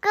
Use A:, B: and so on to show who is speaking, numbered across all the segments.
A: 哥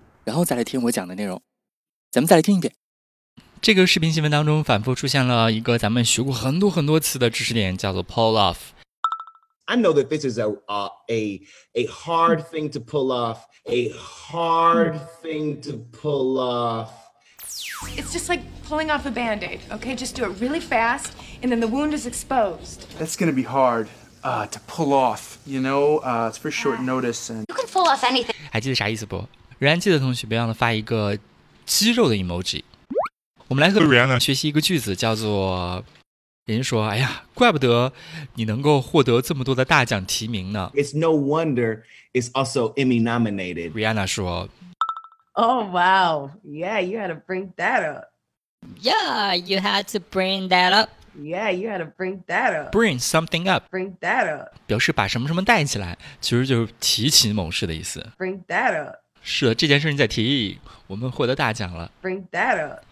B: 然后再来听我讲的内容。咱们再来听一遍。这个视频新闻当中反复出现了一个咱们学过很多很多次的知识点，叫做 pull off。
C: I know that this is a uh, a a hard thing to pull off. A hard thing to pull off.
D: It's just like pulling off a band aid, okay? Just do it really fast, and then the wound is exposed.
E: That's going to be hard uh, to pull off. You know, uh, it's for short notice, and
B: 还记得啥意思不？仍然记得的同学，别忘了发一个肌肉的 emoji。我们来和然呢学习一个句子，叫做“人家说，哎呀，怪不得你能够获得这么多的大奖提名呢。
C: It's no wonder it's also Emmy nominated.
B: ”Rihanna 说
F: Oh, wow. Yeah, you had to bring that up.
G: Yeah, you had to bring that up.
F: Yeah, you had to bring that up.
B: ：“Bring something up”，
F: Bring that up.
B: 表示把什么什么带起来，其实就是提起某事的意思。
F: Bring that up.
B: 是的，这件事你在提，我们获得大奖了。
F: Bring that up.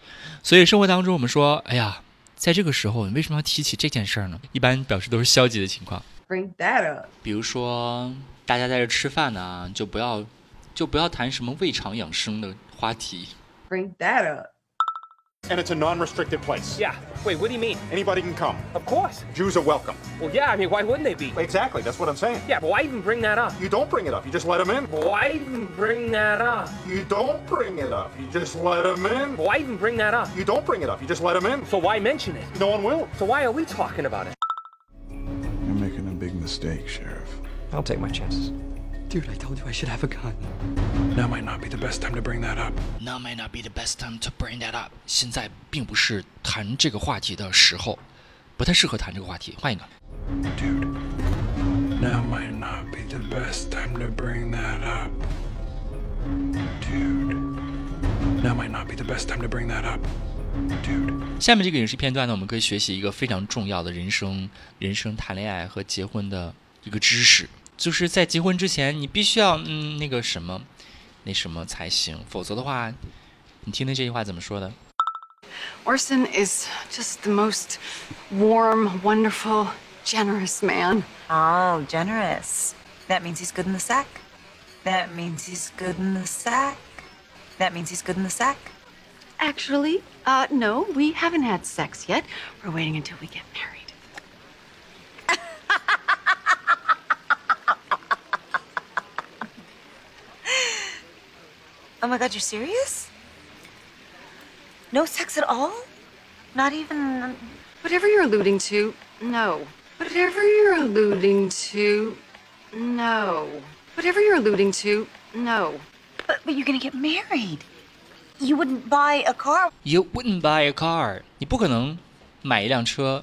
B: 所以生活当中，我们说，哎呀，在这个时候，你为什么要提起这件事儿呢？一般表示都是消极的情况。
F: Bring that up.
B: 比如说，大家在这吃饭呢、就不要就不要谈什么胃肠养生的话题。
F: Bring that up.
H: And it's a non-restricted place.
I: Yeah. Wait, what do you mean?
H: Anybody can come.
I: Of course.
H: Jews are welcome.
I: Well, yeah, I mean, why wouldn't they be?
H: Exactly. That's what I'm saying.
I: Yeah, but why even bring that up?
H: You don't bring it up. You just let them in.
I: Why even bring that up?
H: You don't bring it up. You just let them in.
I: Why even bring that up?
H: You don't bring it up. You just let them in.
I: So why mention it?
H: No one will.
I: So why are we talking about it?
E: you're making a big mistake, sheriff.
I: I'll take my chances.
J: Dude, I told you I should have a gun. Now might not be the best time to bring that up.
B: Now may not be the best time to bring that up。现在并不是谈这个话题的时候，不太适合谈这个话题。换一个。
J: Dude, now might not be the best time to bring that up. Dude, now might not be the best time to bring that up. Dude.
B: 下面这个影视片段呢，我们可以学习一个非常重要的人生、人生谈恋爱和结婚的一个知识，就是在结婚之前，你必须要嗯那个什么，那什么才行，否则的话，你听听这句话怎么说的？
D: Orson is just the most warm, wonderful, generous man.
F: Oh, generous. That means he's good in the sack. That means he's good in the sack. That means he's good in the sack.
D: Actually, uh, no, we haven't had sex yet. We're waiting until we get married.
F: Oh my god, you're serious? No sex at all? Not even.
D: Whatever you're alluding to, no. Whatever you're alluding to, no. Whatever you're alluding to, no.
F: But, but you're gonna get married. You wouldn't buy a car.
B: You wouldn't buy a car，你不可能买一辆车，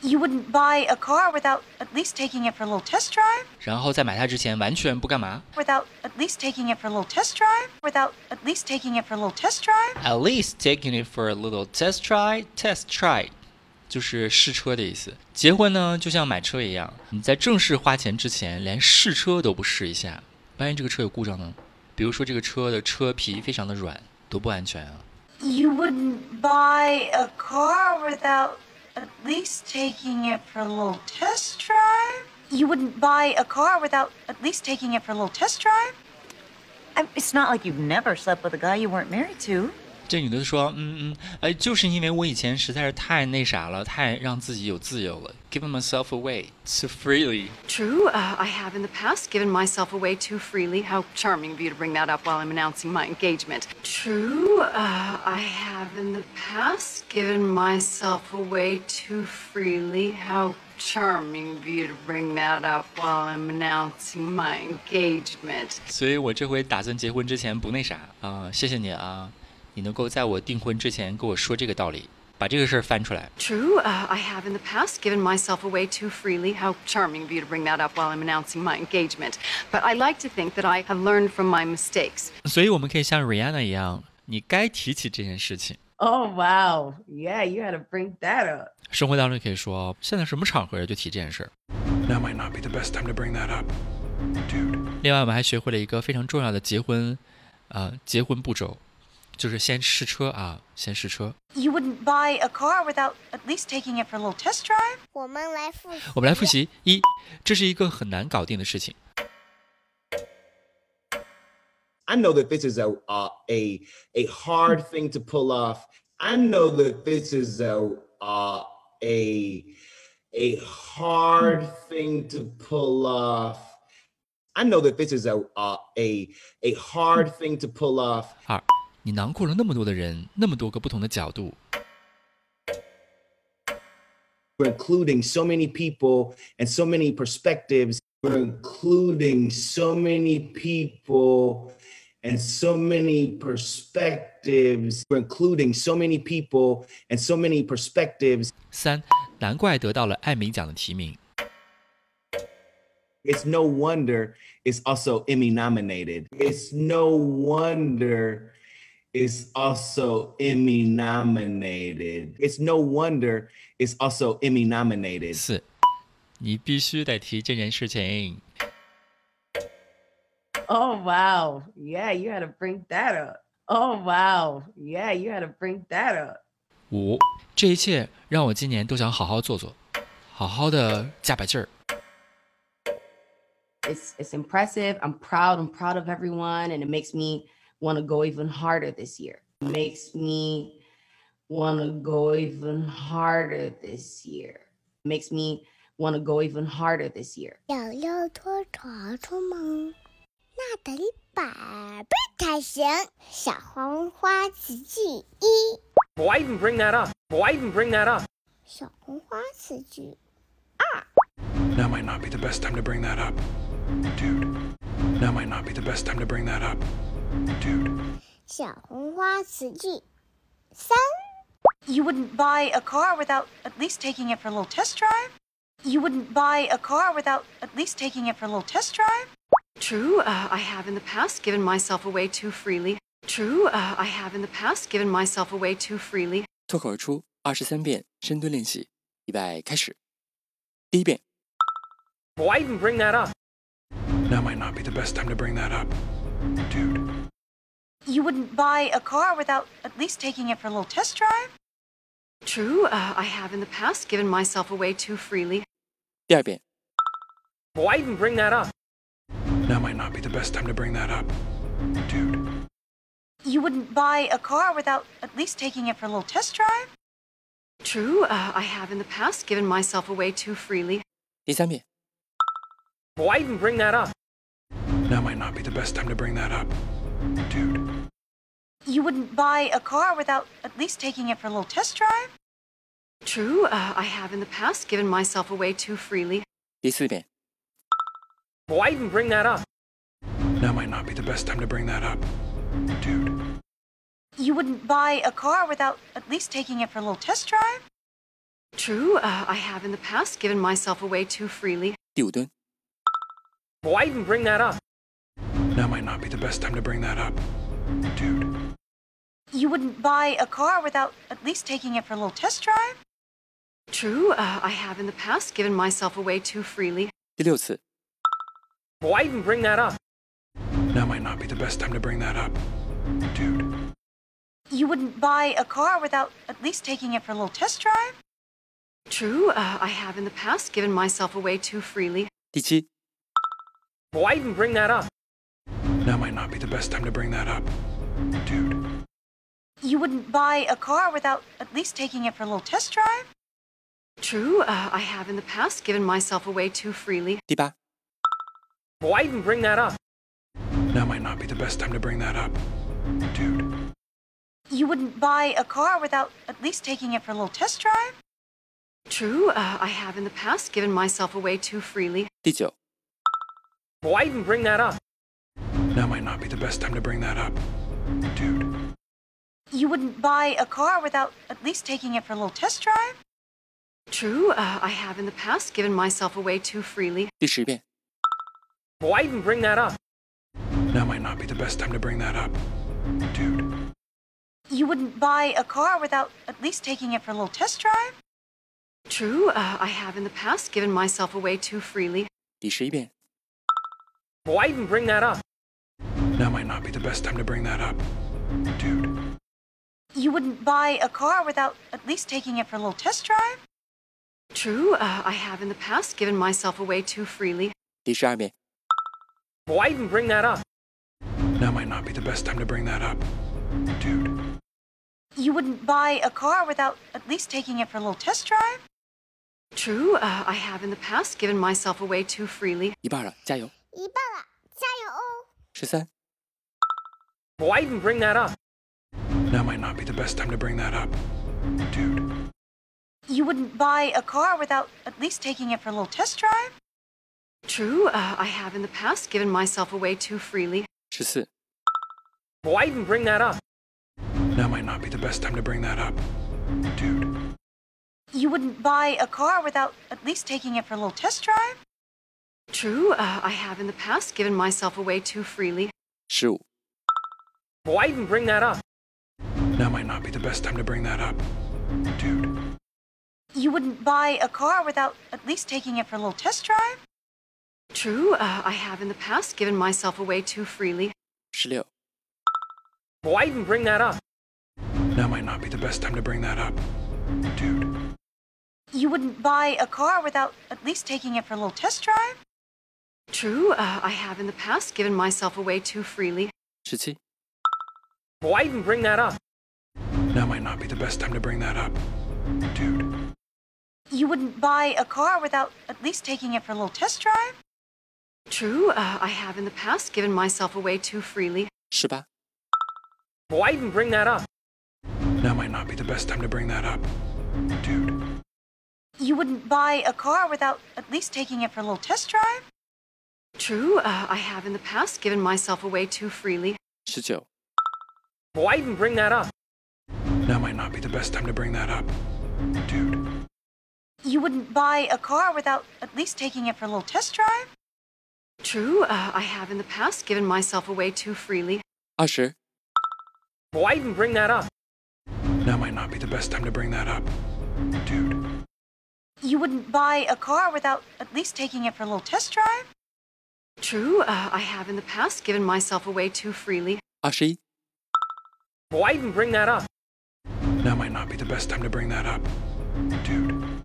F: You wouldn't buy a car without at least taking it for a little test drive.
B: 然后在买它之前完全不干嘛
F: Without at least taking it for a little test drive. Without at least taking it for a little test drive.
B: ？At least taking it for a little test try，test try，就是试车的意思。结婚呢，就像买车一样，你在正式花钱之前，连试车都不试一下，万一这个车有故障呢？比如说这个车的车皮非常的软，多不安全啊！
F: You wouldn't buy a car without at least taking it for a little test drive. You wouldn't buy a car without at least taking it for a little test drive. I, it's not like you've never slept with a guy you weren't married to.
B: 这女的说，嗯嗯，哎，就是因为我以前实在是太那啥了，太让自己有自由了，give myself away so freely。
D: True, uh, I have in the past given myself away too freely. How charming of you to bring that up while I'm announcing my engagement. True, uh, I have in the past given myself away too freely. How charming of you to bring that up while I'm announcing my engagement.
B: 所以我这回打算结婚之前不那啥啊、谢谢你啊，你能够在我订婚之前跟我说这个道理，把这个事儿翻出来。
D: True, uh, I have in the past given myself away too freely. How charming of you to bring that up while I'm announcing my engagement. But I like to think that I have learned from my mistakes.
B: 所以我们可以像 Rihanna 一样，你该提起这件事情。
F: Oh wow! Yeah, you had to bring that up.
B: 生活当中可以说，现在什么场合就提这件事儿。
J: Now might not be the best time to bring that up.
B: 另外，我们还学会了一个非常重要的结婚，呃，结婚步骤，就是先试车啊，先试车。
D: You wouldn't buy a car without at least taking it for a little test drive?
K: 我们来复习。
B: 我们来复习：一，这是一个很难搞定的事情。
C: I know that this is a uh, a a hard thing to pull off. I know that this is a uh, a a hard thing to pull off. I know that this is a uh, a a hard thing to pull off.
B: 二，你囊括了那么多的人，那么多个不同的角度，
C: We're including so many people and so many perspectives. We're including so many people and so many perspectives. We're including so many people and so many perspectives.
B: 三，难怪得到了艾美奖的提名。
C: It's no wonder it's also Emmy nominated. It's no wonder it's also Emmy nominated. It's no wonder it's also Emmy nominated.
B: 四，你必须得提这件事情。
F: Oh wow! Yeah, you had to bring that up. Oh wow! Yeah, you had to bring that up.
B: 五，这一切让我今年都想好好做做，好好的加把劲儿。
F: It's it's impressive. I'm proud. I'm proud of everyone, and it makes me want to go even harder this year. It makes me want to go even harder this year. It makes me want to go even harder this year.
K: 想要脱床床吗？那得一百倍才行。小红花词句一，
L: Why even bring that up? Why even bring that up?
K: 小红花词句
J: Now might not be the best time to bring that up. Dude. Now might not be the best time to bring that up. Dude.
K: 小红花词句三，
D: You wouldn't buy a car without at least taking it for a little test drive? You wouldn't buy a car without at least taking it for a little test drive?
M: True, uh, I have in the past given myself away too freely. True, uh, I have in the past given myself away too freely.
N: 脱口而出二十三遍深蹲练习，预备开始。第一遍，
L: Why even bring that up?
J: Now might not be the best time to bring that up.
D: You wouldn't buy a car without at least taking it for a little test drive?
M: True, uh, I have in the past given myself away too freely.
N: 第二遍，
L: Why even bring that up?
J: Now might not be the best time to bring that up.
D: You wouldn't buy a car without at least taking it for a little test drive?
M: True, uh, I have in the past given myself away too freely.
N: 第三遍，
L: Why even bring that up?
J: Now might not be the best time to bring that up.
D: You wouldn't buy a car without at least taking it for a little test drive?
M: True, uh, I have in the past given myself away too freely.
N: 第四遍，
L: Why even bring that up?
J: Now might not be the best time to bring that up.
D: You wouldn't buy a car without at least taking it for a little test drive?
M: True, uh, I have in the past given myself away too freely.
N: 第五蹲，
L: Why even bring that up?
J: Now might not be the best time to bring that up.
D: You wouldn't buy a car without at least taking it for a little test drive?
M: True, uh, I have in the past given myself away too freely.
N: 第六次，
L: Why even bring that up?
J: Now might not be the best time to bring that up.
D: You wouldn't buy a car without at least taking it for a little test drive?
M: True, uh, I have in the past given myself away too freely.
N: 第七，
L: Why even bring that up?
J: Now might not be the best time to bring that up.
D: You wouldn't buy a car without at least taking it for a little test drive?
M: True, uh, I have in the past given myself away too freely.
N: 第八，
L: Why even bring that up?
J: Now might not be the best time to bring that up.
D: You wouldn't buy a car without at least taking it for a little test drive?
M: True, uh, I have in the past given myself away too freely.
N: 第九，
L: Why even bring that up?
J: Now might not be the best time to bring that up.
D: You wouldn't buy a car without at least taking it for a little test drive?
M: True, uh, I have in the past given myself away too freely.
N: 第十遍，
L: Why even bring that up?
J: Now might not be the best time to bring that up.
F: You wouldn't buy a car without at least taking it for a little test drive?
D: True, uh, I have in the past given myself away too freely.
B: 第十一遍。
I: Why even bring that up?
J: Now might not be the best time to bring that up. Dude,
F: You wouldn't buy a car without at least taking it for a little test drive?
D: True, uh, I have in the past given myself away too freely.
B: 第十二遍。
I: Why even bring that up?
J: now might not be the best time to bring that up. Dude,
F: You wouldn't buy a car without at least taking it for a little test drive?
D: True, uh, I have in the past given myself away too freely.
B: 一半了，加油！
K: 一半了，加油哦！
B: 十三、
I: Why even bring that up?
J: now might not be the best time to bring that up. Dude,
F: You wouldn't buy a car without at least taking it for a little test drive?
D: True, uh, I have in the past given myself away too freely.
B: 十四、
I: Why even bring that up?
J: now might not be the best time to bring that up. Dude,
F: You wouldn't buy a car without at least taking it for a little test drive?
D: True, uh, I have in the past given myself away too freely.
B: 十五、
I: Why even bring that up?
J: now might not be the best time to bring that up. Dude,
F: You wouldn't buy a car without at least taking it for a little test drive?
D: True, uh, I have in the past given myself away too freely.
B: 十六、
I: Why even bring that up?
J: now might not be the best time to bring that up. Dude,
F: You wouldn't buy a car without at least taking it for a little test drive?
D: True, uh, I have in the past given myself away too freely.
B: 十七、
I: Why even bring that up?
J: now might not be the best time to bring that up. Dude,
F: You wouldn't buy a car without at least taking it for a little test drive?
D: True, uh, I have in the past given myself away too freely.
B: 十八、
I: Why even bring that up?
J: now might not be the best time to bring that up. Dude,
F: You wouldn't buy a car without at least taking it for a little test drive?
D: True, uh, I have in the past given myself away too freely.
B: 十九、
I: Why even bring that up?
J: now might not be the best time to bring that up. Dude,
F: You wouldn't buy a car without at least taking it for a little test drive?
D: True, uh, I have in the past given myself away too freely.
B: 二十、
I: Why even bring that up?
J: now might not be the best time to bring that up. Dude,
F: You wouldn't buy a car without at least taking it for a little test drive?
D: True, uh, I have in the past given myself away too freely.
B: 二十一、
I: Why even bring that up?
J: now might not be the best time to bring that up. Dude,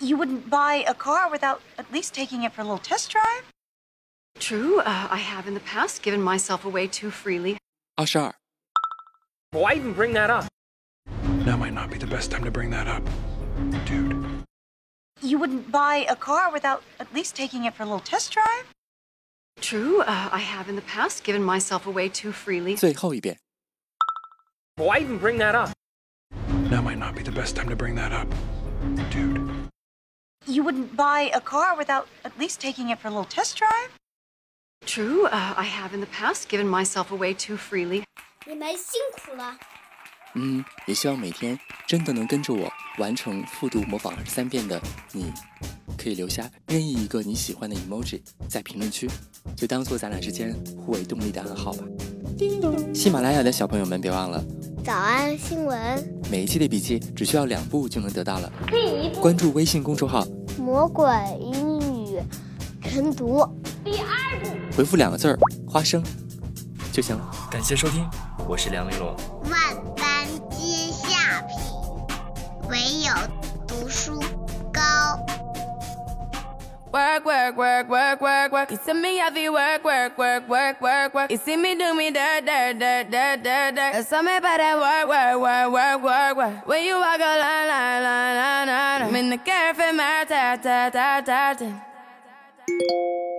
F: You wouldn't buy a car without at least taking it for a little test drive?
D: True, uh, I have in the past given myself away too freely.
B: 二十二、
I: Why even bring that up?
J: now might not be the best time to bring that up. Dude,
F: You wouldn't buy a car without at least taking it for a little test drive?
D: True, uh, I have in the past given myself away too freely.
B: 最后一遍。
I: Why even bring that up?
J: now might not be the best time to bring that up. Dude,
F: You wouldn't buy a car without at least taking it for a little test drive?
D: True, uh, I have in the past given myself away too freely.
K: 你们辛苦了。
B: 嗯，也希望每天真的能跟着我完成复读模仿二十三遍的你，可以留下任意一个你喜欢的 emoji 在评论区，就当做咱俩之间互为动力的暗号吧。
O: 叮咚。
B: 喜马拉雅的小朋友们，别忘了
K: 早安新闻，
B: 每一期的笔记只需要两步就能得到了。
A: 第一步，
B: 关注微信公众号，
K: 魔鬼英语晨读。
A: 第二步。
B: 回复两个字儿“花生”就行了。感谢收听，我是梁丽罗。
K: 万般皆下品，唯有读书高。
P: Work, work, work, work, work, work. You see me heavy work, work, work, work, work, work. You see me do me dirt, dirt, dirt, dirt, dirt, dirt. Now tell me about that work, work, work, work, work, work. When you walk a line, line, line, line, line. I'm in the cafe, my ta, ta, ta, ta, ta.